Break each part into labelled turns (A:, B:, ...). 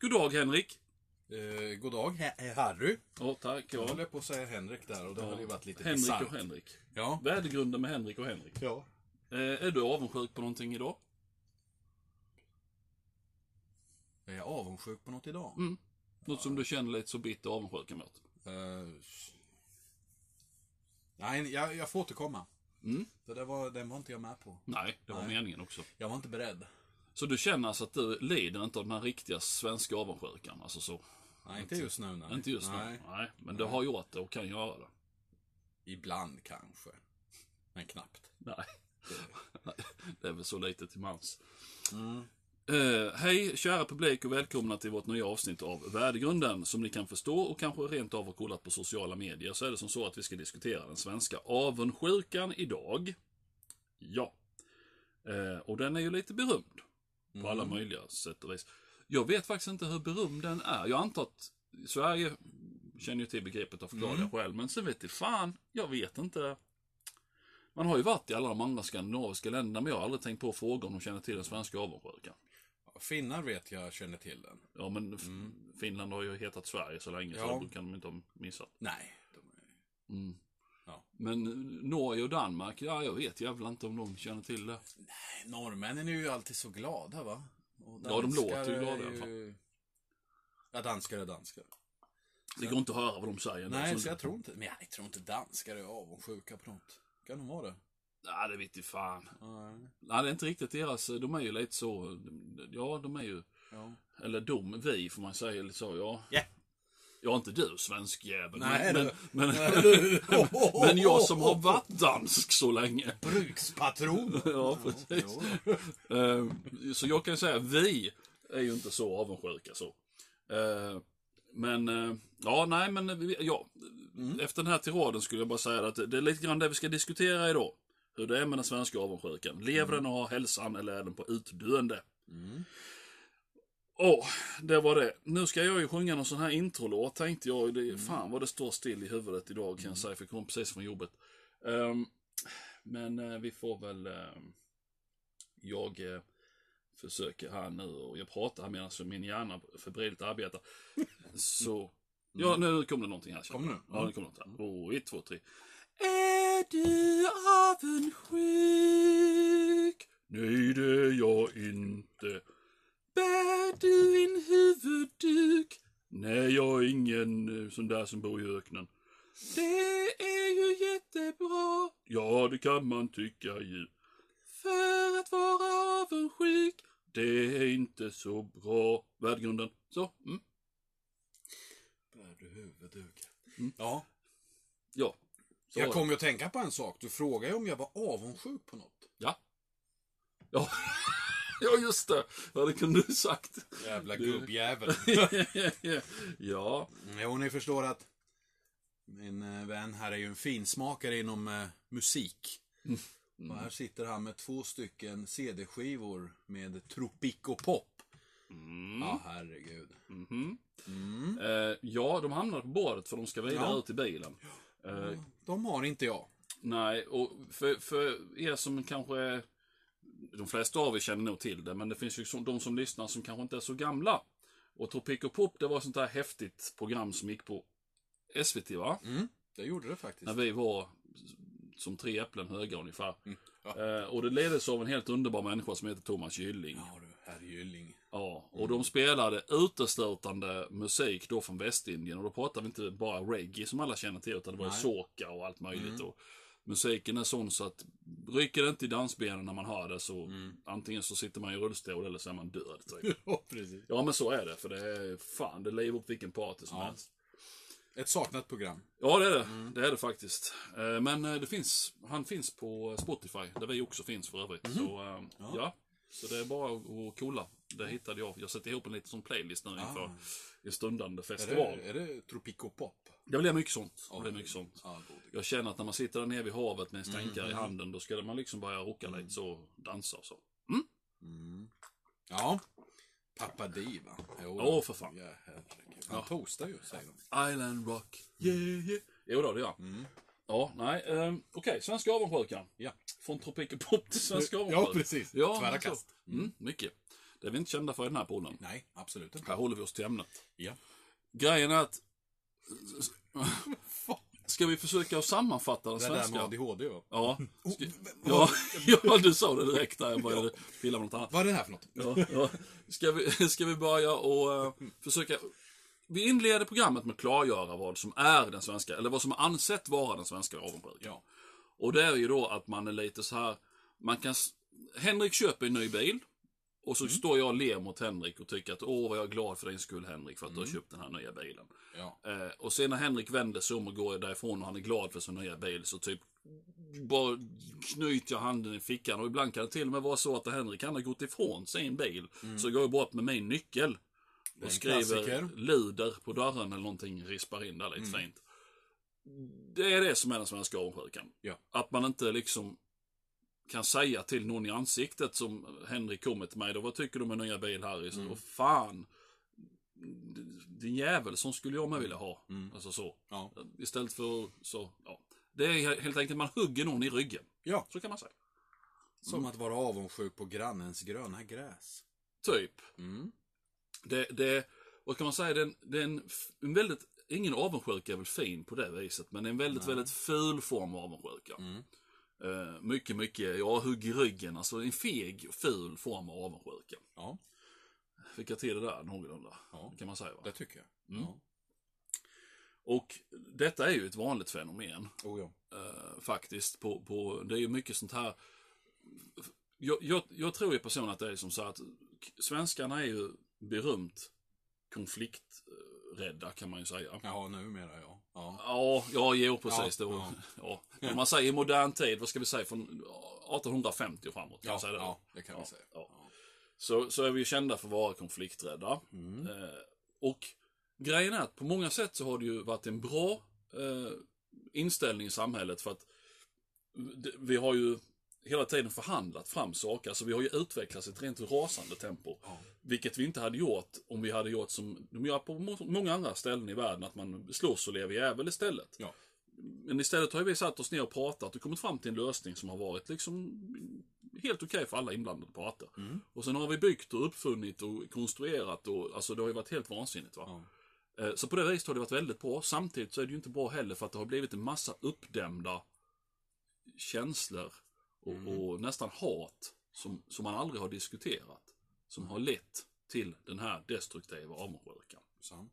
A: God dag Henrik.
B: Eh, god dag He- Harry.
A: Ja, tack.
B: Jag
A: Ja.
B: höll på att säga Henrik där och det hade ju varit lite
A: Henrik
B: bisarrt.
A: och Henrik.
B: Ja.
A: Värdegrunden med Henrik och Henrik.
B: ja.
A: Eh, är du avundsjuk på någonting idag?
B: Är jag avundsjuk på något idag?
A: Mm. Något som du känner lite så bitter avundsjuk emot?
B: Eh, s- nej, jag, jag får återkomma.
A: Mm.
B: Det där var, den var inte jag med på.
A: Nej, det var
B: Nej.
A: meningen också.
B: Jag var inte beredd.
A: Så du känner alltså att du lider inte av den här riktiga svenska avundsjukan? Alltså så.
B: Nej, inte just nu. Nej.
A: Inte just
B: nej.
A: nu? Nej. Men du har gjort det och kan göra det?
B: Ibland kanske. Men knappt.
A: Nej. Det är väl så lite till mans. Mm.
B: Mm.
A: Eh, hej kära publik och välkomna till vårt nya avsnitt av Värdegrunden. Som ni kan förstå och kanske rent av har kollat på sociala medier så är det som så att vi ska diskutera den svenska avundsjukan idag. Ja. Eh, och den är ju lite berömd.
B: Mm.
A: På alla möjliga sätt och vis. Jag vet faktiskt inte hur berömd den är. Jag antar att Sverige känner ju till begreppet av förklarliga skäl. Men sen vet jag fan, jag vet inte. Man har ju varit i alla de andra skandinaviska länderna men jag har aldrig tänkt på att fråga om de känner till den svenska avundsjukan.
B: Finnar vet jag känner till den.
A: Ja men F- Finland har ju hetat Sverige så länge
B: Ja.
A: så då kan de inte ha missat.
B: Nej. de är-
A: Men eh, Norge och Danmark, ja jag vet jävlar inte om de känner till det.
B: Norrmännen är ju alltid så glada va? Och
A: Ja, de
B: danskar
A: låter ju glada i
B: är
A: alla fall.
B: ju- Ja, danskar är danskar.
A: Det går inte att höra vad de säger.
B: Nej,
A: Så-
B: så jag tror inte, men jag tror inte danskar är avundsjuka på något. Kan de vara det?
A: Nej, det vete fan.
B: Nej.
A: Nej, det är inte riktigt deras, de är ju lite så, ja de är ju,
B: Ja.
A: eller de, vi får man säga lite så, ja.
B: Ja.
A: Ja, inte du svensk jävel.
B: Nej,
A: men,
B: du.
A: men, men, men jag som har varit dansk så länge.
B: Brukspatron!
A: Ja, precis. Eh, Så jag kan säga, vi är ju inte så avundsjuka så. Eh, Men, eh, ja, nej, men vi- ja. Efter den här tiraden skulle jag bara säga att det är lite grann det vi ska diskutera idag. Hur det är med den svenska avundsjukan. Lever den och har hälsan eller är den på utdöende? Åh, det var det. Nu ska jag ju sjunga någon sån här introlåt tänkte jag. Det, Fan vad det står still i huvudet idag kan jag säga, för jag kom precis från jobbet. Ehm, men eh, vi får väl... ehm, jag eh, försöker här nu och jag pratar här medan min hjärna febrilt arbetar. Så... Ja, nu kom det någonting här.
B: Kom nu.
A: Ja, nu kom något här. Oh, ett, två, tre. Är du avundsjuk? Nej, det är jag inte. Bär du en huvudduk? Nej, jag är ingen eh, sån där som bor i öknen. Det är ju jättebra. Ja, det kan man tycka ju. För att vara avundsjuk, det är inte så bra. Värdegrunden. Så, mm.
B: Bär du huvudduk? Ja,
A: Ja. Mm. Så
B: jag
A: var det.
B: kom ju att tänka på en sak. Du frågade ju om jag var avundsjuk på något.
A: Ja. Ja. ja, just det. Ja, det kunde du sagt.
B: Jävla
A: Du-
B: gubbjävel.
A: Mm.
B: Mm,
A: ja.
B: jo, ni förstår att min eh, vän här är ju en finsmakare inom eh, musik.
A: Mm.
B: Och här sitter han med två stycken CD-skivor med Tropico Pop.
A: Mm.
B: Ja, herregud.
A: Mhm. Eh, ja, de hamnar på bordet för de ska vidare
B: Ja.
A: ut i bilen. Eh,
B: De har inte jag.
A: Nej, och för, för er som kanske... De flesta av er känner nog till det, men det finns ju som- de som lyssnar som kanske inte är så gamla. Och Tropic och Pop, det var ett sånt där häftigt program som gick på SVT, va?
B: Mm, det gjorde det faktiskt. Mm.
A: När vi var som tre äpplen höga ungefär. Eh, och det leddes av en helt underbar människa som heter Thomas Gylling.
B: Ja Mm. du, herr Gylling.
A: Ja, och de spelade uteslutande musik då från Västindien. Och då pratar vi inte bara reggae som alla känner till, utan det var ju
B: Nej. Mm.
A: soca och allt möjligt. Och musiken är sån så att rycker det inte i dansbenen när man hör det så
B: Mm.
A: antingen så sitter man i rullstol eller så är man död. Typ.
B: Ja, precis.
A: Ja, men så är det. För det är fan, det lever upp vilken party som helst.
B: Ett saknat program.
A: Ja, det är det. Det är det faktiskt. Eh, Men eh, det finns, han finns på Spotify, där vi också finns för övrigt. Så, eh, ja. Så det är bara att kolla. Det hittade jag. Jag sätter ihop en liten sån playlist nu inför en stundande
B: Är
A: festival.
B: det,
A: Det,
B: är det Tropico Pop?
A: blir mycket sånt. Det blir mycket sånt.
B: Ja, god.
A: Jag känner att när man sitter där nere vid havet med en stänkare i handen, då ska man liksom börja rocka lite så, och dansa och så.
B: ja. Pappa Diva. Jo,
A: Åh, för fan.
B: Ja, herregud. Han toastar ju, säger de.
A: Island rock, yeah, yeah. Jo då, det gör jag. Ja, nej. eh, Okej, svenska avundsjukan.
B: Ja.
A: Från Tropic och Pop till svenska
B: Ja,
A: avundsjukan.
B: precis.
A: Ja,
B: Tvära
A: så.
B: kast.
A: Mm, mycket. Det är vi inte kända för i den här podden.
B: Nej, absolut inte.
A: Här håller vi oss till ämnet.
B: Ja.
A: Grejen är att... Ska vi försöka att sammanfatta den
B: Det där med
A: svenska?
B: ADHD va?
A: Ja. Ska... ja. ja, du sa det direkt där. Jag började pilla med något annat.
B: Vad är det här för något?
A: Ja, ja. Ska, vi, ska vi börja och eh, försöka... Vi inleder programmet med att klargöra vad som är den svenska, eller vad som är ansett vara den svenska avundsjukan.
B: Ja.
A: Och det är ju då att man är lite så här, man kan, s- Henrik köper en ny bil. Och så står jag och ler mot Henrik och tycker att åh vad jag är glad för din skull Henrik för att du har köpt den här nya bilen.
B: Ja.
A: Eh, och sen när Henrik vänder sig om och går därifrån och han är glad för sin nya bil så typ bara knyter jag handen i fickan och ibland kan det till och med vara så att Henrik han har gått ifrån sin bil. Så går jag bort med min nyckel
B: Mm. är
A: och
B: en
A: skriver
B: klassiker. Mm.
A: luder på dörren eller någonting, rispar in där lite fint. Det är det som är den svenska avundsjukan.
B: Ja.
A: Att man inte liksom kan säga till någon i ansiktet som Henrik kommer till mig då, vad tycker du om min nya bil Harry?
B: Mm.
A: Så, "Åh, fan, din jävel, sån skulle
B: Mm.
A: jag med vilja ha. Alltså så.
B: Ja.
A: Istället för så, ja. Det är helt enkelt, man hugger någon i ryggen.
B: ja.
A: Så kan man säga.
B: Som att vara avundsjuk på grannens gröna gräs.
A: Typ.
B: Mm.
A: Det, det, vad kan man säga, det är en, det är en, f- en väldigt, ingen avundsjuka är väl fin på det viset, men det är en väldigt, väldigt ful form av avundsjuka.
B: Mm.
A: Eh, mycket, mycket, ja, hugg i ryggen, alltså en feg, ful form av avundsjuka.
B: Ja,
A: Fick jag till det där någorlunda,
B: Ja.
A: kan man säga. Va?
B: det tycker jag.
A: Mm.
B: Ja.
A: Och detta är ju ett vanligt fenomen.
B: Oh, ja.
A: eh, faktiskt. På, på, det är ju mycket sånt här. Jag, jag, jag tror ju personligen att det är som så att k- svenskarna är ju berömt konflikträdda kan man ju säga.
B: Jaha, numera ja. ja.
A: Ja, ja, jo, precis.
B: Ja,
A: det var, ja.
B: ja.
A: Men man säger i modern tid, vad ska vi säga, från 1850 och framåt. Kan man
B: Ja,
A: säga det?
B: ja, det kan vi säga.
A: ja. Så, så är vi ju kända för att vara konflikträdda.
B: Mm.
A: Eh, och grejen är att på många sätt så har det ju varit en bra eh, inställning i samhället för att det- vi har ju hela tiden förhandlat fram saker. Alltså vi har ju utvecklats i ett rent rasande tempo. Vilket vi inte hade gjort om vi hade gjort som de gör på må- många andra ställen i världen. Att man slåss och lever jävel istället.
B: Ja.
A: Men istället har ju vi satt oss ner och pratat och kommit fram till en lösning som har varit liksom helt okej för alla inblandade parter.
B: Mm.
A: Och sen har vi byggt och uppfunnit och konstruerat och alltså det har ju varit helt vansinnigt. Va? Eh, Så på det viset har det varit väldigt bra. Samtidigt så är det ju inte bra heller för att det har blivit en massa uppdämda känslor och, och nästan hat som, som man aldrig har diskuterat. Som har lett till den här destruktiva avundsjukan.
B: Sant.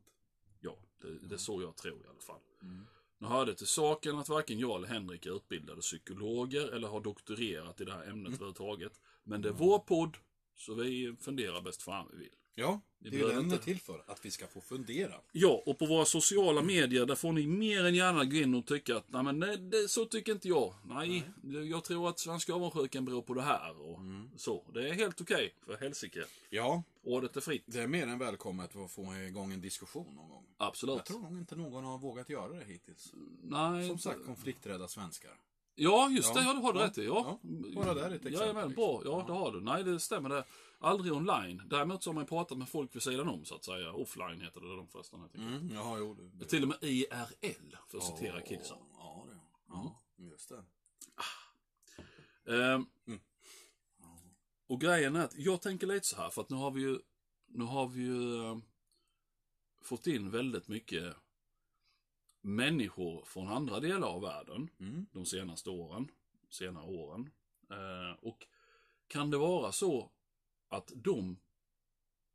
A: Ja, det, det är så jag tror i alla fall.
B: Mm.
A: Nu hörde till saken att varken jag eller Henrik är utbildade psykologer eller har doktorerat i det här ämnet
B: Mm.
A: överhuvudtaget. Men det är vår podd, så vi funderar bäst fram vi vill.
B: Ja, det är ju
A: behöver
B: den
A: inte-
B: det är till för. Att vi ska få fundera.
A: Ja, och på våra sociala medier där får ni mer än gärna gå in och tycka att nej, men nej, det, så tycker inte jag. Nej, det- jag tror att svenska avundsjukan beror på det här och
B: Mm.
A: så. Det är helt okej, för helsike.
B: Ja,
A: Ordet är fritt.
B: det är mer än välkommet att få igång en diskussion någon gång.
A: Absolut.
B: Jag tror nog inte någon har vågat göra det hittills.
A: Nej.
B: Som sagt, konflikträdda svenskar.
A: Ja, just det.
B: Ja.
A: Ja, det har du
B: Ja.
A: rätt i. Ja.
B: Ja. Bara där är ett exempel,
A: Jajamän,
B: liksom.
A: bra. Ja, det har du. Nej, det stämmer det. Aldrig online. Däremot så har man pratat med folk vid sidan om, så att säga. Offline heter det de flesta. Jag tycker.
B: Mm, jaha, jo. Det, det.
A: Till och med IRL, för att citera Mm.
B: Ja,
A: Kilson.
B: Ja, det, ja just det. Mm.
A: Ehm, Och grejen är att jag tänker lite så här för att nu har vi ju, nu har vi ju eh, fått in väldigt mycket människor från andra delar av världen
B: Mm.
A: de senaste åren, senare åren. Eh, och kan det vara så att de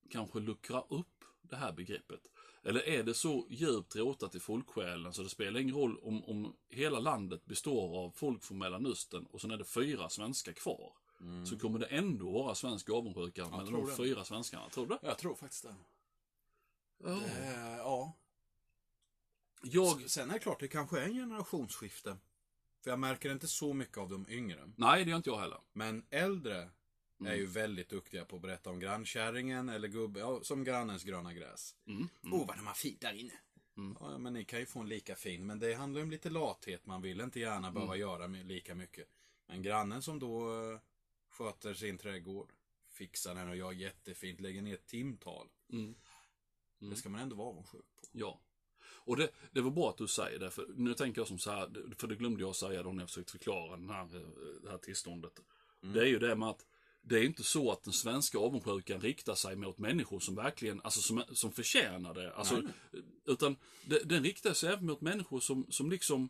A: kanske luckrar upp det här begreppet? Eller är det så djupt rotat i folksjälen så det spelar ingen roll om, om hela landet består av folk från Mellanöstern och sen är det fyra svenskar kvar? Så kommer det ändå vara svensk avundsjuka mellan
B: Mm. tror
A: de
B: det.
A: fyra svenskarna, tror du?
B: Jag tror faktiskt det.
A: Ja.
B: Eh, ja.
A: Jag...
B: S- Sen är det klart, det kanske är en generationsskifte. För jag märker inte så mycket av de yngre.
A: Nej, det gör inte jag heller.
B: Men äldre
A: Mm.
B: är ju väldigt duktiga på att berätta om grannkärringen eller gubben, ja, som grannens gröna gräs.
A: Mm.
B: Åh, vad de har fint där inne. Ja, ja, men ni kan ju få en lika fin. Men det handlar ju om lite lathet. Man vill inte gärna behöva
A: Mm.
B: göra med- lika mycket. Men grannen som då eh, sköter sin trädgård, fixar den och gör jättefint, lägger ner ett timtal.
A: Mm.
B: Det ska man ändå vara avundsjuk på.
A: Ja. Och det, det var bra att du säger det, för nu tänker jag som så här,
B: Mm.
A: för det glömde jag säga då när jag försökte förklara den här, eh, det här tillståndet. Det är ju det med att det är inte så att den svenska avundsjukan riktar sig mot människor som verkligen, alltså som, som förtjänar det. Alltså, utan de- den riktar sig även mot människor som, som liksom,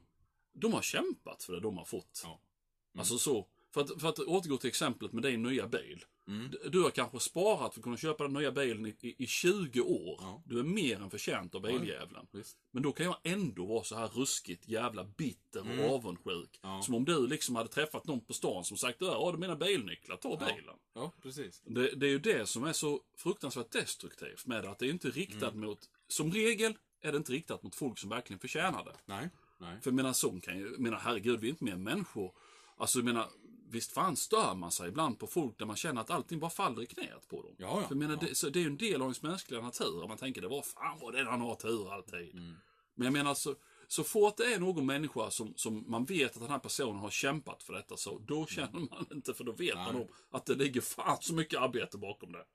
A: de har kämpat för det de har fått.
B: Ja. Mm.
A: Alltså så, för att, för att återgå till exemplet med din nya bil.
B: Mm.
A: D- Du har kanske sparat för att kunna köpa den nya bilen i, i, i 20 år.
B: Ja.
A: Du är mer än förtjänt av biljävlen.
B: Visst.
A: Men då kan jag ändå vara så här ruskigt jävla bitter och avundsjuk.
B: Mm. Ja.
A: Som om du liksom hade träffat någon på stan som sagt "Där har du mina bilnycklar, ta bilen.
B: Ja, precis.
A: Det, det är ju det som är så fruktansvärt destruktivt med det, att det är inte riktat
B: Mm.
A: mot, som regel är det inte riktat mot folk som verkligen förtjänar det.
B: Nej. Nej.
A: För jag menar, sån kan ju, jag menar herregud, vi är inte mer än människor. Alltså jag menar, visst fan stör man sig ibland på folk där man känner att allting bara faller i knät på dem.
B: Ja, ja.
A: För jag menar,
B: Ja.
A: det, så det är ju en del av ens mänskliga natur. Och man tänker, det var fan vad den han har tur alltid.
B: Mm.
A: Men jag menar, så, så fort det är någon människa som, som man vet att den här personen har kämpat för detta, så då
B: Mm.
A: känner man inte, för då vet man om att det ligger fan så mycket arbete bakom det.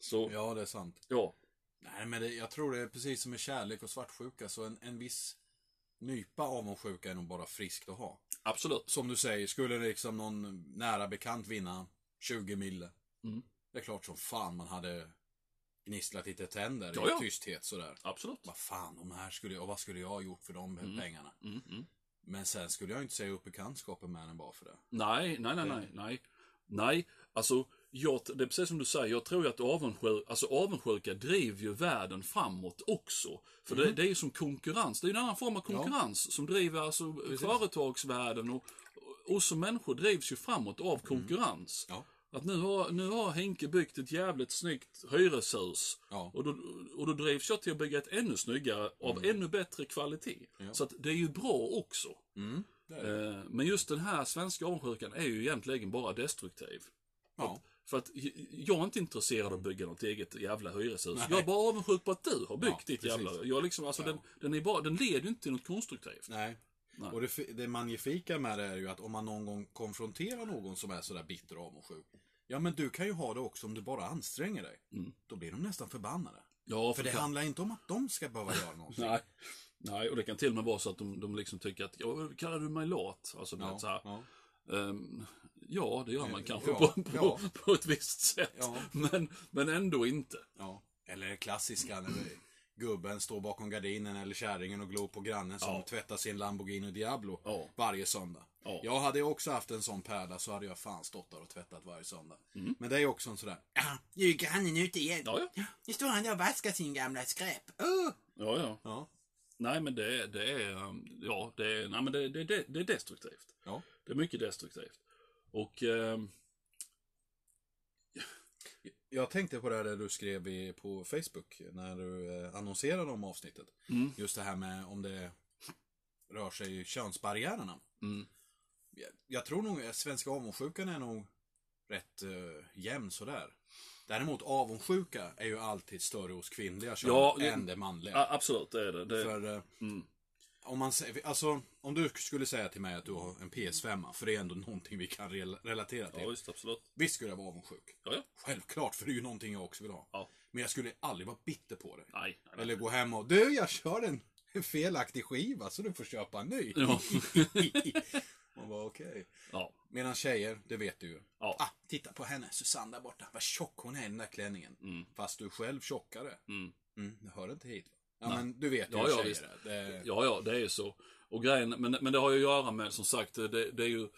A: Så, ja.
B: Ja, det är sant. Nej, men det, jag tror det är precis som med kärlek och svartsjuka, så en, en viss nypa avundsjuka är nog bara friskt att ha.
A: absolut.
B: Som du säger, skulle liksom någon nära bekant vinna 20 mille.
A: Mm.
B: Det är klart som fan man hade gnisslat lite tänder
A: Ja, ja.
B: i tysthet sådär.
A: Absolut.
B: Vad fan, de här skulle, jag- och vad skulle jag ha gjort för de pengarna?
A: Mm, mm.
B: Men sen skulle jag inte säga upp bekantskapen med henne bara för det.
A: Nej, nej, nej, nej, nej. Nej, alltså, jag, det är precis som du säger, jag tror ju att avundsjuka, alltså avundsjuka driver ju världen framåt också. För det, det är ju som konkurrens, det är ju en annan form av konkurrens som driver alltså företagsvärlden och, och oss som människor drivs ju framåt av konkurrens.
B: Ja.
A: Att nu har, nu har Henke byggt ett jävligt snyggt hyreshus.
B: Ja.
A: Och, då, och då drivs jag till att bygga ett ännu snyggare av
B: Mm.
A: ännu bättre kvalitet. Så att det är ju bra också.
B: Mm.
A: Eh, Men just den här svenska avundsjukan är ju egentligen bara destruktiv.
B: Ja.
A: För att j- jag är inte intresserad av att bygga något eget jävla hyreshus. Jag är bara avundsjuk på att du har byggt
B: Ja,
A: ditt
B: precis.
A: jävla... Jag liksom, alltså den, den, är bara, den leder ju inte till något konstruktivt.
B: Nej. Och det, fi- det magnifika med det är ju att om man någon gång konfronterar någon som är sådär bitter och avundsjuk. Ja men du kan ju ha det också om du bara anstränger dig.
A: Mm.
B: Då blir de nästan förbannade.
A: Ja,
B: För det
A: kan-
B: handlar inte om att de ska behöva göra någonting.
A: Nej. Nej, och det kan till och med vara så att de, de liksom tycker att, ja, kallar du mig lat? Alltså, du vet, så här.
B: ja.
A: Ehm, ja, det gör man kanske
B: Eh, ja,
A: på, på,
B: ja.
A: på ett visst sätt.
B: Ja.
A: Men, men ändå inte.
B: Ja. Eller det klassiska när vi- gubben står bakom gardinen eller kärringen och glor på grannen som tvättar sin Lamborghini Diablo
A: Ja.
B: varje söndag.
A: Ja.
B: Jag hade ju också haft en sån pärla så hade jag fan stått där och tvättat varje söndag. Men det är ju också en sådär, ja, nu är grannen ute igen.
A: Mm. Ja, ja.
B: Nu står han där och vaskar sin gamla skräp. Uh. Åh!
A: Ja, ja.
B: Ja.
A: Nej, men det, är- det är, ehm, ja, det är, nej, men det, det, det, det är destruktivt.
B: Ja.
A: Det är mycket destruktivt. Och, ehm,
B: Jag tänkte på det här du skrev i, på Facebook när du eh, annonserade om avsnittet.
A: Mm.
B: Just det här med om det rör sig i könsbarriärerna.
A: Mm.
B: Jag, jag tror nog att svenska avundsjukan är nog rätt eh, jämn sådär. Däremot avundsjuka är ju alltid större hos kvinnliga kön
A: Ja, det-
B: än det manliga.
A: ja, Mm. absolut, det är det. det
B: För, eh, om, man, sä- alltså, om du skulle säga till mig att du har en PS5, för det är ändå någonting vi kan rel- relatera till.
A: ja, just absolut.
B: Visst skulle jag vara avundsjuk.
A: Ja, ja.
B: Självklart, för det är ju någonting jag också vill ha.
A: Ja.
B: Men jag skulle aldrig vara bitter på det.
A: Nej, nej, nej.
B: Eller gå hem och du, jag kör en en felaktig skiva så du får köpa en ny.
A: Ja.
B: Man bara okej.
A: Ja,
B: Medan tjejer, det vet du ju.
A: Ja.
B: Ah, titta på henne, Susanne där borta. Vad tjock hon är i den där klänningen. Fast du är själv tjockare.
A: Mm.
B: det hör inte hit. Va? Ja, men du vet ju
A: Ja,
B: hur
A: ja,
B: tjejer
A: visst.
B: är. Det...
A: ja, ja, det är ju så. Och grejen, men, men det har ju att göra med, som sagt, det, det är ju,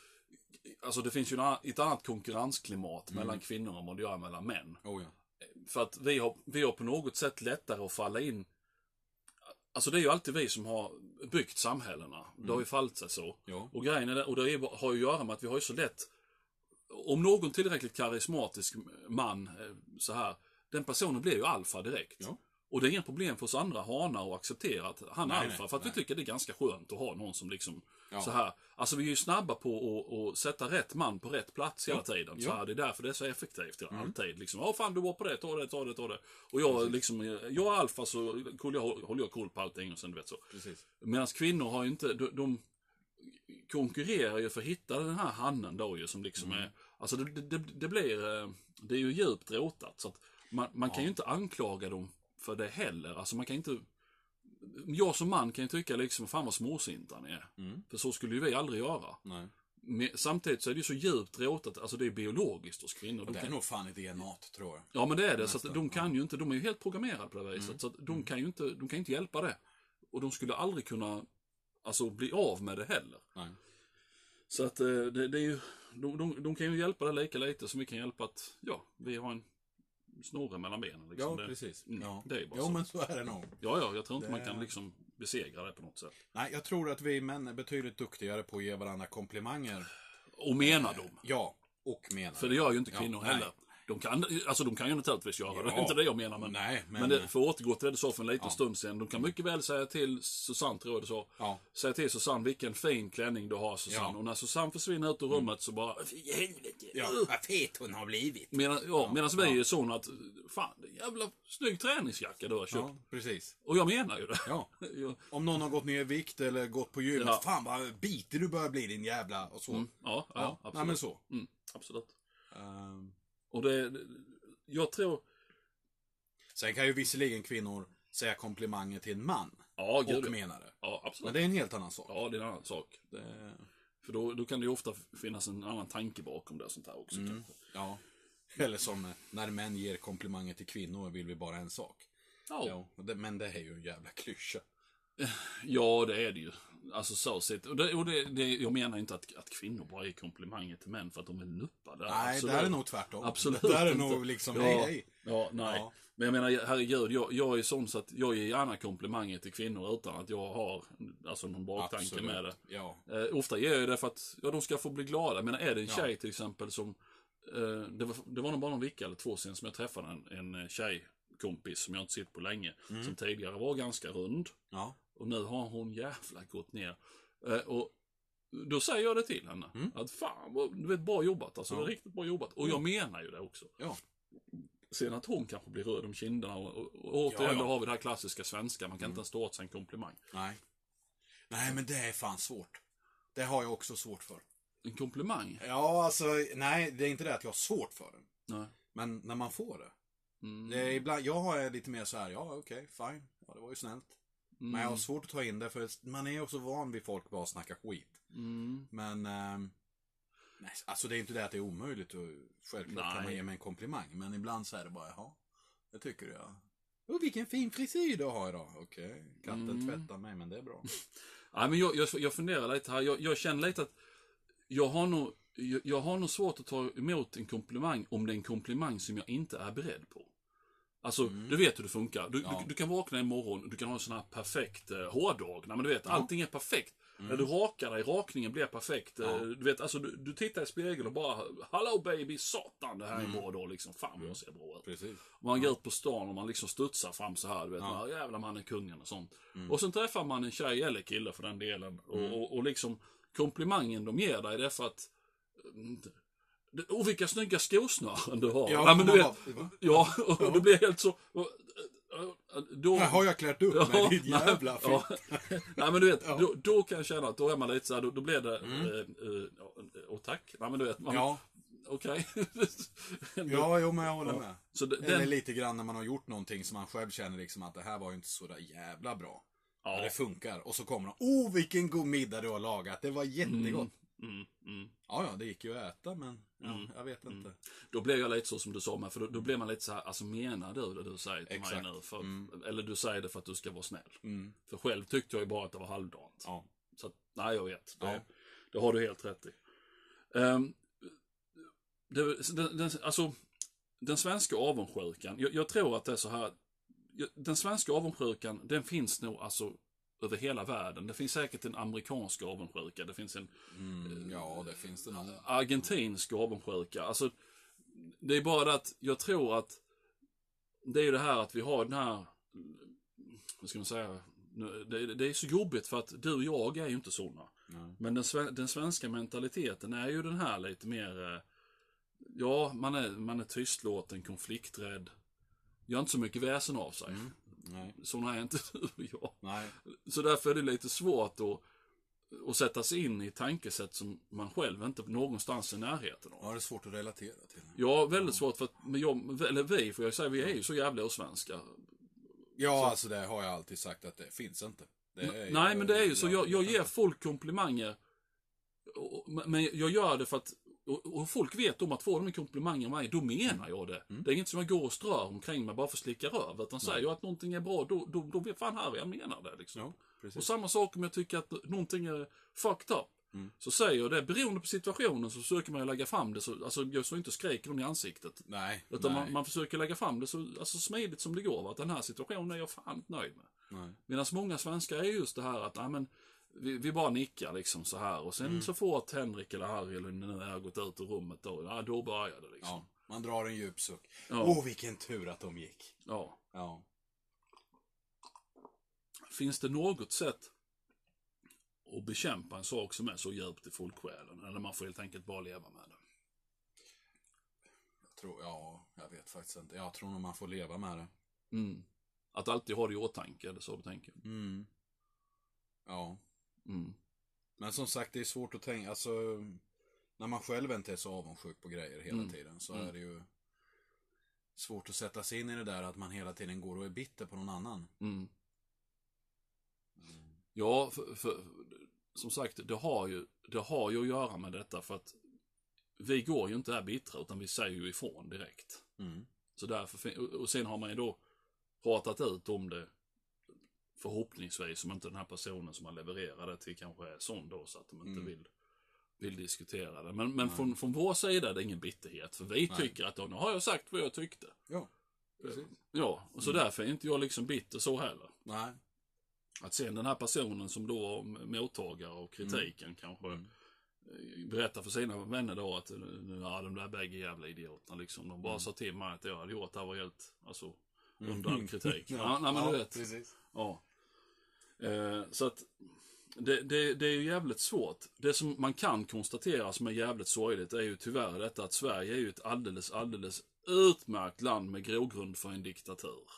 A: alltså det finns ju en annan- ett annat konkurrensklimat
B: Mm.
A: mellan kvinnor än vad det gör mellan män.
B: Oh, ja.
A: För att vi har, vi har på något sätt lättare att falla in. Alltså det är ju alltid vi som har byggt samhällena. Det har ju fallit sig så.
B: Ja.
A: Och grejen är det, och det är, har ju att göra med att vi har ju så lätt. Om någon tillräckligt karismatisk man eh, så här. Den personen blir ju alfa direkt.
B: Ja.
A: Och det är inga problem för oss andra hanar att acceptera att han är
B: Nej,
A: alfa.
B: nej,
A: för att vi
B: nej.
A: tycker det är ganska skönt att ha någon som liksom
B: Ja.
A: så här. Alltså vi är ju snabba på att, att sätta rätt man på rätt plats hela tiden. Så
B: ja. Mm.
A: här, det är därför det är så effektivt ja, alltid. Liksom, ja fan du var på det, ta det, ta det, ta det. Och jag liksom, jag är alfa så koll- jag, håller jag koll på allting och sen du vet så.
B: Precis.
A: Medan kvinnor har ju inte, de, de konkurrerar ju för att hitta den här hannen då ju som liksom
B: Mm.
A: är, alltså det, det, det blir, eh, det är ju djupt rotat. Så att man, man kan ju inte anklaga dem för det heller. Alltså man kan inte,
B: Mm.
A: jag som man kan ju tycka liksom, fan vad småsinta ni är. För så skulle ju vi aldrig göra.
B: Nej.
A: Men samtidigt så är det ju så djupt råtat, alltså det är biologiskt hos kvinnor.
B: Och
A: De
B: det är
A: kan,
B: nog fan i DNA t, tror jag.
A: ja men det är det, så att de kan ju inte, de är ju helt programmerade på det viset.
B: Mm.
A: Så att de kan ju inte, de kan inte hjälpa det. Och de skulle aldrig kunna, alltså bli av med det heller.
B: Nej.
A: Så att eh, det, det är ju, de, de, de kan ju hjälpa det lika lite som vi kan hjälpa att, ja, vi har en snurre mellan benen. Liksom.
B: Ja,
A: det,
B: precis.
A: Mm,
B: Ja.
A: Det är ju bara
B: jo,
A: så.
B: men så är det nog.
A: Ja, ja, jag tror inte
B: Det-
A: man kan liksom besegra det på något sätt.
B: Nej, jag tror att vi män är betydligt duktigare på att ge varandra komplimanger.
A: Och menar de.
B: Ja, och menar.
A: För det gör ju inte
B: Ja,
A: kvinnor
B: nej.
A: heller. De kan, alltså de kan ju naturligtvis göra det, det är inte det jag menar. Men,
B: Nej, men...
A: men det, för att återgå till det du sa för en liten stund sedan. De kan mycket väl säga till Susanne, tror jag du sa.
B: Ja.
A: Säga till Susanne, vilken fin klänning du har Susanne.
B: Ja. Mm.
A: Och när Susanne försvinner ut ur rummet så bara, "Fy i helvete.
B: Ja,
A: Ugh."
B: vad fet hon har blivit.
A: Medan, ja, medan vi är såna att, fan, det är en jävla snygg träningsjacka du har köpt.
B: Ja, precis.
A: Och jag menar ju det.
B: Ja.
A: Ja, Mm,
B: Om någon har gått ner i vikt eller gått på gymmet.
A: Ja. Mm.
B: Fan vad bitig du börjar bli din jävla och så.
A: ja,
B: Ja,
A: ja,
B: nej
A: absolut.
B: men så. Ehm,
A: Mm, absolut. Och det, jag tror,
B: Sen kan ju visserligen kvinnor säga komplimanger till en man.
A: ja,
B: Och
A: gud,
B: menar det.
A: ja,
B: Men
A: absolut.
B: det är en helt annan sak.
A: Ja, det är en annan sak.
B: Det-
A: För då, då kan det ju ofta finnas en annan tanke bakom det och sånt här också
B: Mm.
A: kanske.
B: Ja. Eller som eh, när män ger komplimanger till kvinnor vill vi bara en sak.
A: Ja.
B: Ja, och det, men det är ju en jävla klyscha.
A: Ja, det är det ju. Alltså så sett. Och det, och det, det, jag menar inte att, att kvinnor bara är komplimanger till män för att de är nuppade.
B: Nej, det här är nog tvärtom.
A: Absolut
B: Det här är
A: inte.
B: nog liksom,
A: ja,
B: hej hej.
A: Ja, nej.
B: Ja.
A: Men jag menar, herregud, jag, jag är sån så att jag ger gärna komplimanger till kvinnor utan att jag har alltså, någon baktanke
B: Absolut.
A: med det.
B: Ja.
A: Eh, ofta ger jag det för att ja, de ska få bli glada. Men är det en
B: Ja.
A: tjej till exempel som... Eh, det, var, det var nog bara någon vecka eller två sedan som jag träffade en, en eh, tjejkompis som jag inte sett på länge.
B: Mm.
A: Som tidigare var ganska rund.
B: Ja.
A: Och nu har hon jävla gått ner. Eh, och då säger jag det till henne.
B: Mm.
A: Att fan, vad, du vet, bra jobbat alltså. Det är riktigt bra jobbat. Och jag menar ju det också.
B: Ja.
A: Sen att hon kanske blir röd om kinderna och, och, och återigen
B: Ja, Mm. ja.
A: då har vi det här klassiska svenska. Man kan inte ens ta åt sig en komplimang.
B: Nej. Nej, men det är fan svårt. Det har jag också svårt för.
A: En komplimang?
B: Ja, alltså, nej, det är inte det att jag har svårt för den.
A: Nej.
B: Men när man får det.
A: Mm.
B: det är ibland, jag har lite mer så här, ja okej, fine. Ja, det var ju snällt.
A: Mm.
B: Men alltså, jag har svårt att ta in det för man är ju också van vid folk bara snacka skit.
A: Mm.
B: Men, ehm, nej, alltså det är inte det att det är omöjligt och självklart kan
A: Nej.
B: man ge mig en komplimang. Men ibland så är det bara, jaha, det tycker jag. Oh, vilken fin frisyr du har idag. Okej, katten tvättar mig men det är bra.
A: Nej, men jag, jag, jag funderar lite här. Jag, jag känner lite att jag har, nog, jag, jag har nog svårt att ta emot en komplimang om det är en komplimang som jag inte är beredd på. Alltså, du vet hur det funkar. Du,
B: Ja.
A: du, du kan vakna imorgon, du kan ha en sån här perfekt eh, hårdag. Nej, men du vet, allting är perfekt. När du rakar dig, rakningen blir perfekt. Eh, Du vet, alltså du, du tittar i spegeln och bara Hallå baby, satan det här är en bra dag liksom. Fan vad jag ser bra ut.
B: Precis.
A: Man går ut på stan och man liksom studsar fram så här, du vet, ja. jävlar man är kungen och sånt.
B: Mm.
A: Och sen träffar man en tjej eller kille för den delen och, och, och liksom komplimangen de ger dig det är för att mm, det- Åh vilka snygga skosnören du har.
B: Ja,
A: Ja, men du
B: man
A: vet,
B: bara, va?
A: ja och du blir helt så... Och, och, då,
B: Här har jag klätt upp mig,
A: Ja,
B: din
A: nej,
B: jävla fitta.
A: ja. Nej men du vet, då, då kan jag känna att då är man lite så här, då, då blir det... eh, eh, Åh tack. Nej men du vet, man,
B: Mm. Ja,
A: okej.
B: ja, jo men jag håller med.
A: Så det-
B: Eller
A: den-
B: lite grann när man har gjort någonting som man själv känner liksom att det här var ju inte så där jävla bra. Ja. Det funkar. Och så kommer de. Oh, vilken god middag du har lagat. Det var jättegott.
A: Mm, mm.
B: Ja, ja, det gick ju att äta, men ja, jag vet inte.
A: Då blev jag lite så som du sa med, för då, då blev man lite så här, alltså menar du det du säger till
B: Exakt. Mm.
A: mig nu? För, Eller du säger det för att du ska vara snäll. För själv tyckte jag ju bara att det var halvdant.
B: Ja.
A: Så att, nej jag vet, det,
B: Ja.
A: det har du helt rätt i. Ehm, det, den, den, alltså, den svenska avundsjukan, jag, jag tror att det är så här, jag- den svenska avundsjukan, den finns nog alltså över hela världen. Det finns säkert en amerikansk avundsjuka, det finns en
B: Mm, ja, det finns det nog.
A: argentinsk avundsjuka. Alltså, det är bara det att jag tror att det är ju det här att vi har den här, vad ska man säga, nu- det, det är så jobbigt för att du och jag är ju inte sådana.
B: Nej.
A: Men den, sve- den svenska mentaliteten är ju den här lite mer, eh, ja, man är, man är tystlåten, konflikträdd, gör inte så mycket väsen av sig.
B: Nej.
A: Sådana är inte du och jag.
B: Nej.
A: Så därför är det lite svårt att, att sätta sig in i tankesätt som man själv inte någonstans är i närheten av.
B: Ja, det är svårt att relatera till.
A: Ja, väldigt svårt för att, men jag, eller vi, får jag säga, vi är ju så jävla svenska.
B: Ja, alltså det har jag alltid sagt att det finns inte. Det är ju-
A: Nej, men det är ju så, jag, jag ger folk komplimanger och- och- Men jag gör det för att och, och folk vet om att får de en komplimang av mig, då menar jag det.
B: Mm.
A: Det är inget som jag går och strör omkring mig bara för att slicka röv. Utan säger jag att någonting är bra, då, då, då vet fan här jag menar det. Liksom.
B: Ja,
A: Och
B: precis.
A: samma sak om jag tycker att någonting är fucked up.
B: Mm.
A: Så säger jag det, beroende på situationen så försöker man ju lägga fram det. Så, alltså jag står inte och skriker dem i ansiktet.
B: Nej,
A: Utan
B: nej,
A: man, man försöker lägga fram det så alltså, smidigt som det går. Va? Att den här situationen är jag fan inte nöjd med.
B: nej.
A: Medan många svenskar är just det här att ah, men, vi, vi bara nickar liksom så här. Och sen
B: Mm.
A: så fort Henrik eller Harry eller nu har gått ut ur rummet då, ja, då börjar det liksom.
B: Ja, Oh. man drar en djup suck. Åh,
A: Ja.
B: vilken tur att de gick.
A: Ja.
B: Ja.
A: Finns det något sätt att bekämpa en sak som är så djupt i folksjälen? Eller man får helt enkelt bara leva med det?
B: Jag tror, ja, jag vet faktiskt inte. Jag tror nog man får leva med det.
A: Mm. Att alltid ha det i åtanke, det är så du tänker?
B: Mm. Ja.
A: Mm.
B: Men som sagt, det är svårt att tänka. Alltså, när man själv inte är så avundsjuk på grejer hela
A: Mm.
B: tiden så
A: Mm.
B: är det ju svårt att sätta sig in i det där att man hela tiden går och är bitter på någon annan.
A: Mm. Ja, för, för, som sagt, det har, ju, det har ju att göra med detta för att vi går ju inte där bittra utan vi säger ju ifrån direkt.
B: Mm.
A: Så därför, fin- och- och sen har man ju då pratat ut om det förhoppningsvis om inte den här personen som man levererar det till kanske är sån då så att de inte
B: Mm.
A: vill, vill diskutera det. Men, men
B: Nej.
A: från, från vår sida är det ingen bitterhet för vi
B: Nej.
A: tycker att ja, nu har jag sagt vad jag tyckte.
B: Ja, precis. Mm.
A: Ja, och så därför är inte jag liksom bitter så heller.
B: Nej.
A: Att sen den här personen som då var m- mottagare av kritiken kanske
B: Mm.
A: eh, berättar för sina vänner då att eh, nu ja, de där bägge jävla idioterna liksom. De bara sa till mig att det jag hade gjort det här var helt, alltså, under all kritik. ja, nej, men du vet.
B: Mm. Precis.
A: Ja. Eh, så att det, det, det är ju jävligt svårt. Det som man kan konstatera som är jävligt sorgligt är ju tyvärr detta att Sverige är ju ett alldeles, alldeles utmärkt land med grogrund för en diktatur.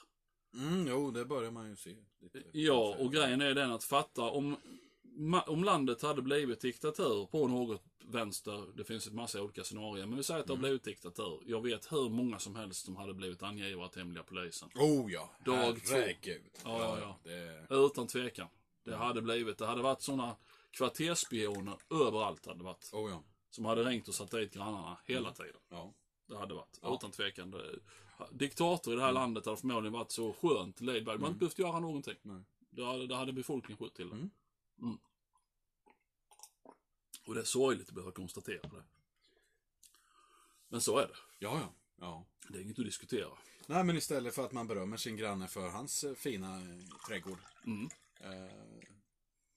B: Mm, jo, det börjar man ju se. Lite,
A: Ja, och grejen är den att fatta om, ma- om landet hade blivit diktatur på något vänster, det finns ett massa olika scenarier, men vi säger att det har blivit diktatur. Jag vet hur många som helst som hade blivit angivare till hemliga polisen.
B: Oh ja,
A: Dag två.
B: herregud.
A: Ja, ja, ja.
B: Det är...
A: Utan tvekan. Det hade blivit, det hade varit sådana kvartersspioner överallt hade det varit.
B: Oh ja.
A: Som hade ringt och satt dit grannarna hela tiden.
B: ja. Mm.
A: Det hade varit, utan tvekan. Det, diktator i det här landet hade förmodligen varit så skönt laid back. Man hade inte behövt göra någonting.
B: Nej.
A: Det hade, det hade befolkningen skjutit till.
B: Mm.
A: Mm. Och det är sorgligt att behöva konstatera det. Men så är det.
B: Ja, ja. ja.
A: Det är inget att diskutera.
B: Nej, men istället för att man berömmer sin granne för hans eh, fina eh, trädgård.
A: Mm.
B: Eh,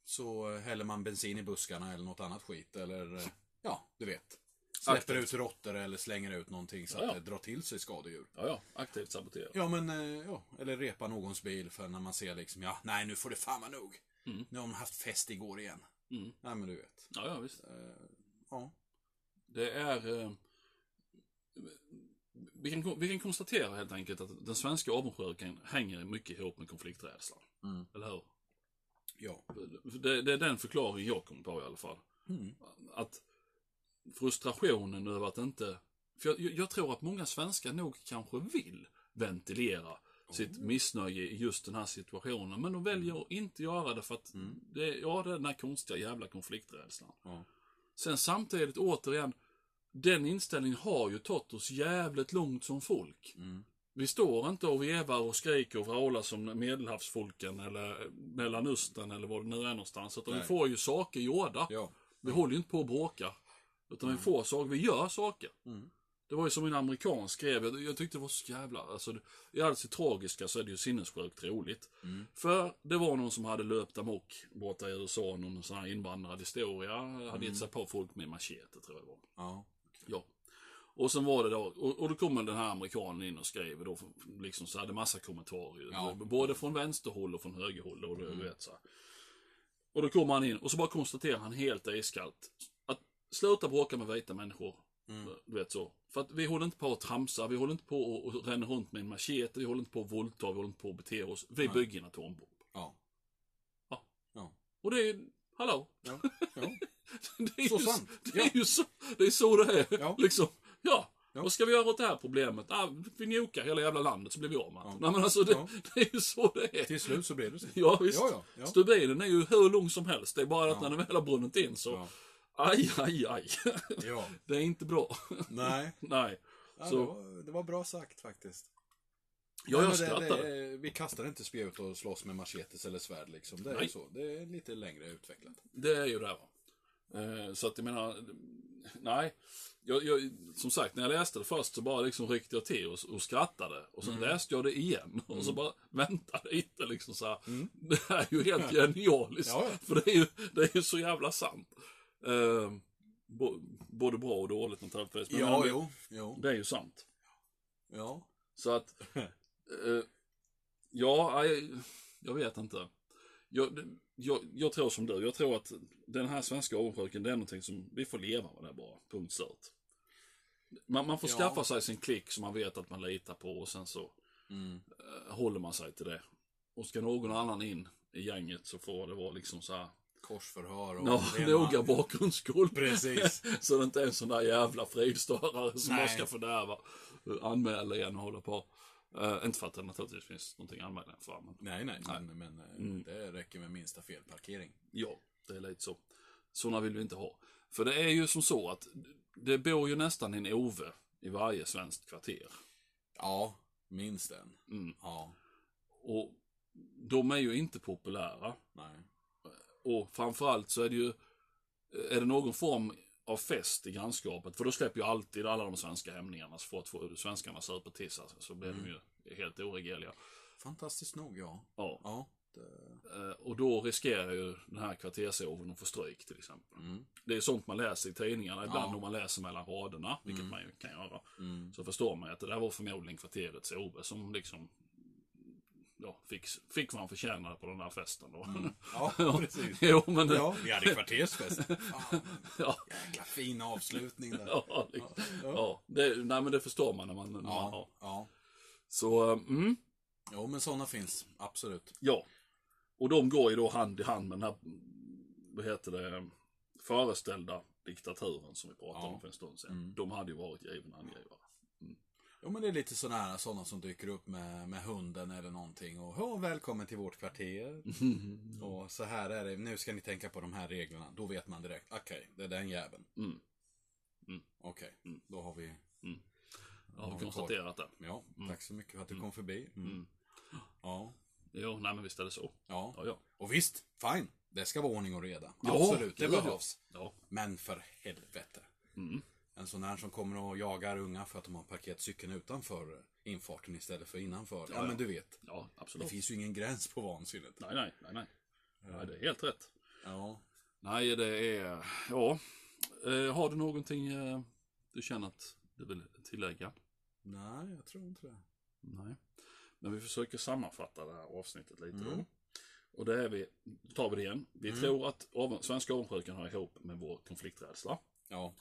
B: så häller man bensin i buskarna eller något annat skit. Eller, eh, ja, du vet. Släpper
A: Aktivt.
B: ut råttor eller slänger ut någonting så
A: Ja, ja.
B: att det drar till sig skadedjur.
A: Ja, ja. Aktivt sabotera.
B: Ja, men eh, ja. Eller repa någons bil för när man ser liksom, ja, nej nu får det fan vara nog.
A: Mm.
B: Nu har de haft fest igår igen.
A: Mm.
B: Nej, men du vet.
A: Ja, ja, visst.
B: Eh, ja.
A: Det är... Eh, vi, kan, vi kan konstatera helt enkelt att den svenska avundsjukan hänger mycket ihop med konflikträdslan.
B: Mm.
A: Eller hur?
B: Ja.
A: Det, det är den förklaring jag kom på i alla fall.
B: Mm.
A: Att frustrationen över att inte... För jag, jag tror att många svenskar nog kanske vill ventilera sitt missnöje i just den här situationen. Men de väljer att inte göra det för att det, ja, det är den här konstiga jävla konflikträdslan.
B: Ja.
A: Sen samtidigt återigen, den inställningen har ju tagit oss jävligt långt som folk.
B: Mm.
A: Vi står inte och vevar och skriker och vrålar som medelhavsfolken eller Mellanöstern eller var det nu är någonstans. Utan
B: Nej.
A: vi får ju saker gjorda.
B: Ja.
A: Vi håller ju inte på och bråkar. Utan vi får saker, vi gör saker.
B: Mm.
A: Det var ju som en amerikan skrev, jag, jag tyckte det var så jävla, alltså det- i allt sitt tragiska så är det ju sinnessjukt roligt. För det var någon som hade löpt amok borta i USA, någon sån här invandrad historia, hade gett sig på folk med machete tror jag det var.
B: Ja.
A: Ja. Och sen var det då, och, och då kom den här amerikanen in och skrev då, liksom så hade massa kommentarer. ju.
B: Ja.
A: Både från vänsterhåll och från högerhåll och du vet så här. Och då kommer han in och så bara konstaterar han helt iskallt att sluta bråka med vita människor.
B: Mm.
A: Du vet så. För att vi håller inte på att tramsa, vi håller inte på och, och ränna runt med en machete, vi håller inte på att våldta, vi håller inte på att bete oss. Vi bygger en atombomb.
B: Ja.
A: Och det är ju, hallå?
B: Ja. ja.
A: Det är
B: Så
A: ju,
B: sant.
A: Det är
B: Ja.
A: ju så det är. Så det är.
B: Ja.
A: Liksom, ja.
B: Ja.
A: Vad ska vi göra åt det här problemet? Ah, vi njokar hela jävla landet så blir vi av med
B: Ja.
A: ja. Nej men alltså, det,
B: Ja.
A: det är ju så det är.
B: Till slut så blir det så.
A: Ja visst.
B: Ja, ja, ja.
A: Stubinen är ju hur lång som helst. Det är bara att när den väl har brunnit in så...
B: Ja.
A: Aj, aj, aj.
B: Ja.
A: Det är inte bra.
B: Nej.
A: Nej.
B: Ja,
A: Så-
B: det, var, det var bra sagt faktiskt.
A: Ja, jag
B: Nej, men det-
A: skrattade.
B: det är- Vi kastar inte spjut och slåss med machetes eller svärd liksom. Det är
A: Nej.
B: ju så. Det är lite längre utvecklat.
A: Det är ju det. Va? Eh, Så att jag menar, nej. Jag, jag, som sagt, när jag läste det först så bara liksom ryckte jag till och, och skrattade. Och sen
B: Mm.
A: läste jag det igen och så bara väntade lite liksom så här. Det här är ju helt genialiskt.
B: Mm. Ja, ja.
A: För det är, ju, det är ju så jävla sant. Eh, bo, både bra och dåligt naturligtvis. Men jag menar,
B: Ja,
A: det,
B: jo. jo.
A: det är ju sant.
B: Ja.
A: Så att, eh, ja, jag, jag vet inte. Jag, jag, jag tror som du, jag tror att den här svenska avundsjukan, det är någonting som vi får leva med det bara, punkt slut. Man, man får
B: Ja.
A: skaffa sig sin klick som man vet att man litar på och sen så
B: Mm.
A: eh, håller man sig till det. Och ska någon annan in i gänget så får det vara liksom så här,
B: Korsförhör och...
A: ja,
B: rena-
A: noga bakgrundsskål.
B: Precis.
A: så det inte är en sån där jävla fridstörare som
B: Nej.
A: man ska fördärva. eh, Anmäla igen och hålla på. Eh, inte för att det naturligtvis finns någonting att anmäla den för. Men
B: Nej, nej. Men, men eh,
A: Mm.
B: det räcker med minsta felparkering.
A: ja, det är lite så. Sådana vill vi inte ha. För det är ju som så att det bor ju nästan en Ove i varje svenskt kvarter.
B: Ja, minst en.
A: Mm.
B: Ja.
A: Och de är ju inte populära.
B: Nej.
A: Och framförallt så är det ju, eh, är det någon form av fest i grannskapet, för då släpper ju alltid alla de svenska hämningarna så fort får- svenskarna super till sig, så blir de ju helt oregerliga.
B: Fantastiskt nog, ja.
A: Ja.
B: Ja. Det...
A: Eh, Och då riskerar ju den här kvartersoven att få stryk till exempel.
B: Mm.
A: Det är sånt man läser i tidningarna ibland
B: Ja.
A: om man läser mellan raderna, vilket man ju kan göra.
B: Mm.
A: Så förstår man ju att det där var förmodligen kvarterets OB som liksom ja, fick, fick vad han förtjänade på den där festen då.
B: Ja, precis.
A: jo, men det,
B: Mm. Ja, vi hade kvartersfest. Fan,
A: ja.
B: jäkla fin avslutning där.
A: Ja, liksom. ja det, nej, men det förstår man när man... När man ja.
B: Ja, ja.
A: Så, eh, mm,
B: Jo, men sådana finns. Absolut.
A: ja. Och de går ju då hand i hand med den här, vad heter det, föreställda diktaturen som vi pratade
B: Ja.
A: om för en stund sedan. De hade ju varit givna angivare.
B: Jo, men det är lite sådana sådana som dyker upp med, med hunden eller någonting. Och "Hå, välkommen till vårt kvarter. Och så här är det. Nu ska ni tänka på de här reglerna. Då vet man direkt. Okej, det är den jäveln.
A: Mm. Mm.
B: Okej, då har vi...
A: Jag har
B: vi
A: konstaterat det.
B: Ja, tack så mycket för att du kom förbi. Mm. Ja,
A: Jo, nej men visst är det så.
B: ja,
A: Ja, ja.
B: Och visst, fine. Det ska vara ordning och reda.
A: Ja,
B: Absolut, det
A: gud, ja.
B: behövs.
A: ja.
B: Men för helvete. En sån här som kommer och jagar unga för att de har parkerat cykeln utanför infarten istället för innanför. Ja,
A: ja.
B: men du vet.
A: Ja,
B: Det
A: absolut.
B: finns ju ingen gräns på vansinnet.
A: Nej, nej, nej, nej. Ja, det är helt rätt.
B: Ja.
A: Nej, det är... Ja. Eh, har du någonting eh, du känner att du vill tillägga?
B: Nej, jag tror inte det.
A: Nej. Men vi försöker sammanfatta det här avsnittet lite då. Och det är vi, då tar vi det igen. Vi tror att av, svenska avundsjukan hör ihop med vår konflikträdsla.
B: Ja.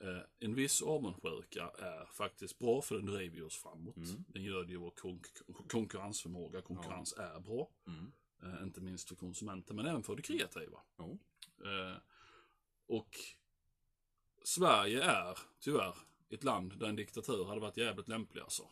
A: Eh, en viss avundsjuka är faktiskt bra för den driver ju oss framåt. Den gör ju vår konk- konkurrensförmåga. Konkurrens är bra.
B: Mm.
A: Eh, inte minst för konsumenter men även för det kreativa.
B: Jo.
A: Eh, och Sverige är tyvärr ett land där en diktatur hade varit jävligt lämplig alltså.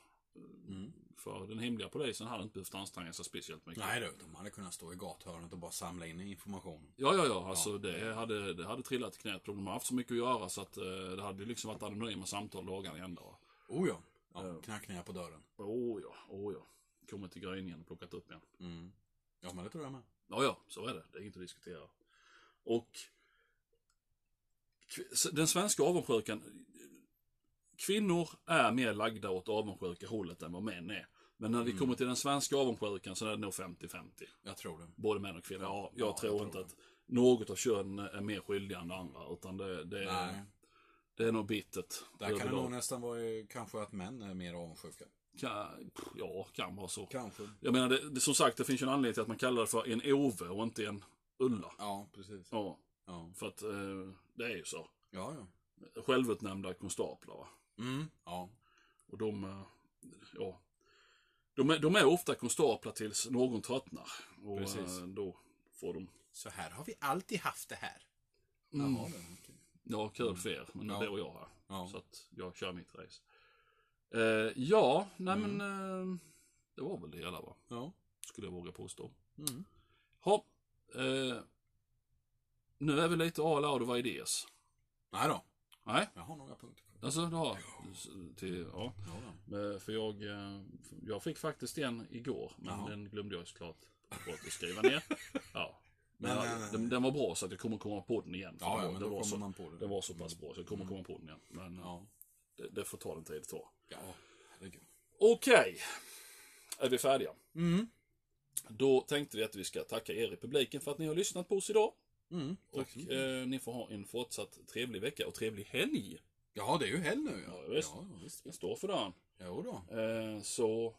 B: Mm.
A: För den hemliga polisen hade inte behövt anstränga sig speciellt mycket.
B: Nej du, de hade kunnat stå i gathörnet och bara samla in information.
A: Ja, ja, ja. Alltså Det, hade, det hade trillat i knät på dem. De har haft så mycket att göra så att eh, det hade ju liksom varit anonyma samtal dagarna i ända. va.
B: Oh ja. ja knack ner på dörren.
A: Åh ja, åh ja. Kommit till gryningen och plockat upp igen.
B: Mm. Ja, men det tror jag med.
A: Ja, ja, så är det. Det är inget att diskutera. Och kv- s- den svenska avundsjukan. Kvinnor är mer lagda åt avundsjuka hållet än vad män är. Men när vi kommer till den svenska avundsjukan så är det nog 50-50.
B: Jag tror det.
A: Både män och kvinnor. Ja, jag
B: Ja,
A: tror
B: jag
A: inte
B: tror
A: att något av könen är mer skyldiga än det andra. Utan det, det,
B: Nej.
A: är, det är nog bitet.
B: Där kan Eh, det
A: överlag.
B: nog nästan vara eh, kanske att män är mer avundsjuka.
A: Kan- pff, Ja, kan vara så.
B: Kanske.
A: Jag menar, det, det, som sagt, det finns ju en anledning till att man kallar det för en Ove och inte en Ulla.
B: Ja, precis. Ja,
A: Ja,
B: ja.
A: för att eh, det är ju så.
B: ja.
A: Självutnämnda konstaplar. va.
B: Mm. Ja.
A: Och de, eh, ja, de, är, de är ofta konstaplar tills någon tröttnar. Och
B: Precis.
A: eh, då får de,
B: Så här har vi alltid haft det här.
A: Mm.
B: Jaha, det, okej.
A: ja kul för er, men
B: Ja.
A: det är jag här.
B: Ja.
A: Så att jag kör mitt race. Eh, ja, nej
B: Mm.
A: men eh, det var väl det hela va?
B: ja.
A: Skulle jag våga påstå.
B: Mm.
A: Ha, eh, nu är vi lite all out of ideas.
B: Nej då.
A: Nej,
B: Jag har några punkter kvar.
A: alltså du har... Till, ja.
B: Ja, då.
A: Eh, För jag, eh, jag fick faktiskt en igår, men
B: Jaha.
A: den glömde jag såklart bort att skriva ner. Ja. Men
B: Men,
A: jag,
B: eh,
A: den, den var bra så att jag kommer komma på den igen. För
B: Ja,
A: den
B: ja,
A: var-
B: men
A: den
B: då
A: var
B: kommer
A: så,
B: man på det.
A: Den var så pass bra så jag kommer komma på den igen. Men eh,
B: Ja,
A: det, det får ta den tid det tar.
B: ja. herregud.
A: Okej, är vi färdiga?
B: Mm.
A: Då tänkte vi att vi ska tacka er i publiken för att ni har lyssnat på oss idag.
B: Mm. Tack.
A: Och eh, ni får ha en fortsatt trevlig vecka och trevlig helg.
B: Ja, det är ju helg nu. Ja,
A: Ja, visst.
B: Ja, visst.
A: Det står för dagen.
B: Jo då.
A: Eh, så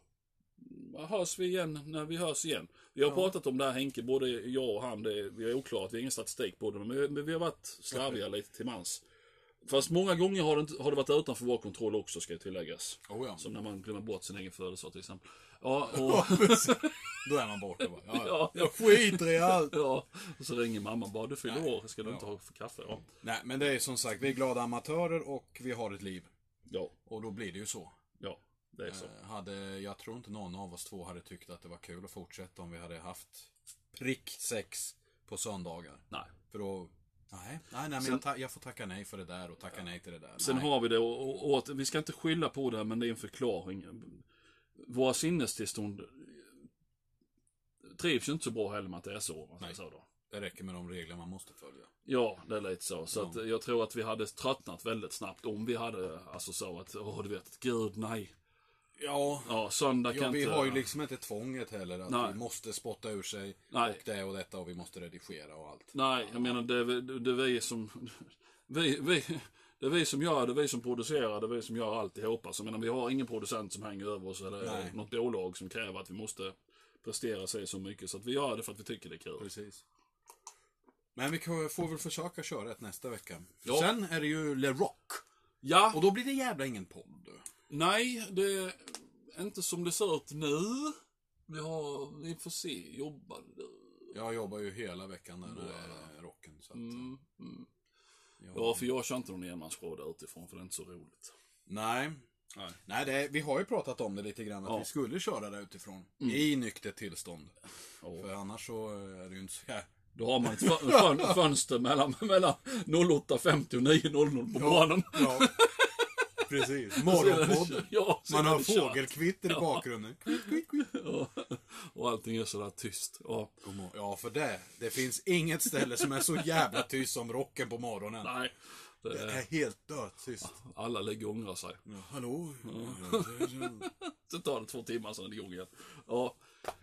A: hörs vi igen när vi hörs igen. Vi har pratat om det här Henke, både jag och han. Det är, vi är oklara, vi har ingen statistik på det. Men vi, men vi har varit slarviga lite till mans. Fast många gånger har det, inte, har det varit utanför vår kontroll också, ska ju tilläggas.
B: Oh, ja.
A: Som när man glömmer bort sin egen födelsedag till exempel. Ja, och,
B: Då är man borta bara. Ja, ja.
A: Ja.
B: Jag skiter i allt.
A: ja, och så ringer mamman bara, du fyller
B: Nej.
A: år, ska du inte ha för kaffe? Ja.
B: Nej, men det är som sagt, vi är glada amatörer och vi har ett liv.
A: ja,
B: Och då blir det ju så.
A: ja, det är så.
B: Eh, Hade, jag tror inte någon av oss två hade tyckt att det var kul att fortsätta om vi hade haft prick sex på söndagar.
A: Nej.
B: För då, nej, nej, nej men jag, ta, jag får tacka nej för det där och tacka nej till det där.
A: Sen
B: nej.
A: har vi det och, och, och att vi ska inte skylla på det, men det är en förklaring. Våra sinnestillstånd trivs ju inte så bra heller med att det är så. om man säger så då.
B: Det räcker med de regler man måste följa.
A: Ja, det är lite så. Så att eh, jag tror att vi hade tröttnat väldigt snabbt om vi hade alltså så att, åh du vet, gud nej.
B: Ja,
A: Ja, söndag kan
B: ja vi
A: inte...
B: har ju liksom inte tvånget heller att
A: Nej.
B: vi måste spotta ur sig
A: Nej.
B: och det och detta och vi måste redigera och allt.
A: Nej, jag menar det är, vi- det är vi som... Vi, vi, det är vi som gör, det är vi som producerar, det är vi som gör alltihopa. Så jag menar, vi har ingen producent som hänger över oss eller
B: Nej.
A: något bolag som kräver att vi måste prestera sig så mycket. Så att vi gör det för att vi tycker det är kul.
B: Precis. Men vi kan- får väl försöka köra ett nästa vecka.
A: Ja.
B: Sen är det ju Le Rock.
A: Ja,
B: Och då blir det jävla ingen podd.
A: nej, det är inte som det ser ut nu. Vi har, vi får se, jobbar du?
B: Jag jobbar ju hela veckan där med rocken. Så att,
A: Mm, mm.
B: ja.
A: Ja, för jag kör inte någon enmansshow där utifrån för det är inte så roligt.
B: Nej.
A: Nej.
B: Nej, det är, vi har ju pratat om det lite grann att
A: Ja. Mm.
B: vi skulle köra det utifrån. I nyktert tillstånd.
A: Ja.
B: För annars så är det ju inte så här.
A: Då har man ett fön- fön- fönster mellan, mellan 08.50 och 9.00 på morgonen.
B: Ja. Precis. Morgonpodden.
A: Ja, så
B: Man
A: är
B: har
A: det kört.
B: fågelkvitter i bakgrunden. Kvitt, kvitt, kvitt.
A: Ja. Och allting är sådär tyst. Ja.
B: God morgon. Ja, för det. Det finns inget ställe som är så jävla tyst som rocken på morgonen.
A: Nej. Det
B: Det
A: är,
B: är helt dödstyst.
A: alla ligger och ångrar sig.
B: Ja, hallå?
A: Sen tar det två timmar sen är det igång igen. Ja.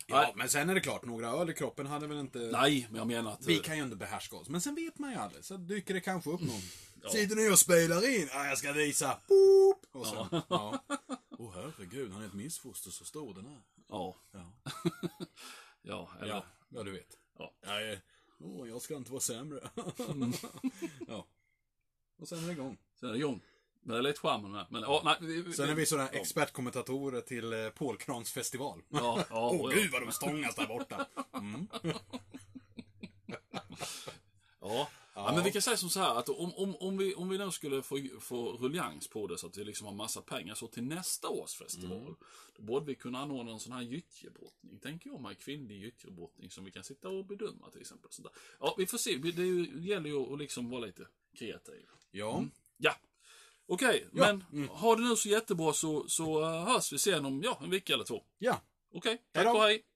B: Ja, men sen är det klart, några öl i kroppen hade väl inte...
A: Nej, men jag menar att...
B: Vi kan ju inte behärska oss, men sen vet man ju aldrig. Så dyker det kanske upp någon. Sitter ni och spelar in? Ja, jag ska visa. Boop! Och sen, ja. Åh herregud, han är ett missfoster så stor den är.
A: eh, Ja.
B: Ja,
A: Ja, eller...
B: ja, ja du vet.
A: Ja.
B: jag, åh, jag ska inte vara sämre. ja. Och sen är det igång.
A: Sen är det igång. Men det är lite charmen med. Men ja, nej. Vi, vi,
B: Sen är vi sådana expertkommentatorer till eh, Pålkrans festival.
A: Ja, ja,
B: Åh
A: ja.
B: gud vad de stångas där borta.
A: Ja. Ja. men vi kan säga som så här att om, om, om, vi, om vi nu skulle få, få ruljans på det så att vi liksom har massa pengar så till nästa års festival.
B: Mm.
A: Då borde vi kunna anordna en sån här gyttjebrottning, tänker jag mig. Kvinnlig gyttjebrottning som vi kan sitta och bedöma till exempel. Sånt där. Ja, vi får se. Det är ju, gäller ju att liksom vara lite kreativ.
B: Ja.
A: Ja. Okej, men
B: Mm.
A: ha det nu så jättebra så, så eh, hörs vi sen om ja, en vecka eller två.
B: Ja.
A: Okej,
B: Hej
A: tack
B: då.
A: och hej.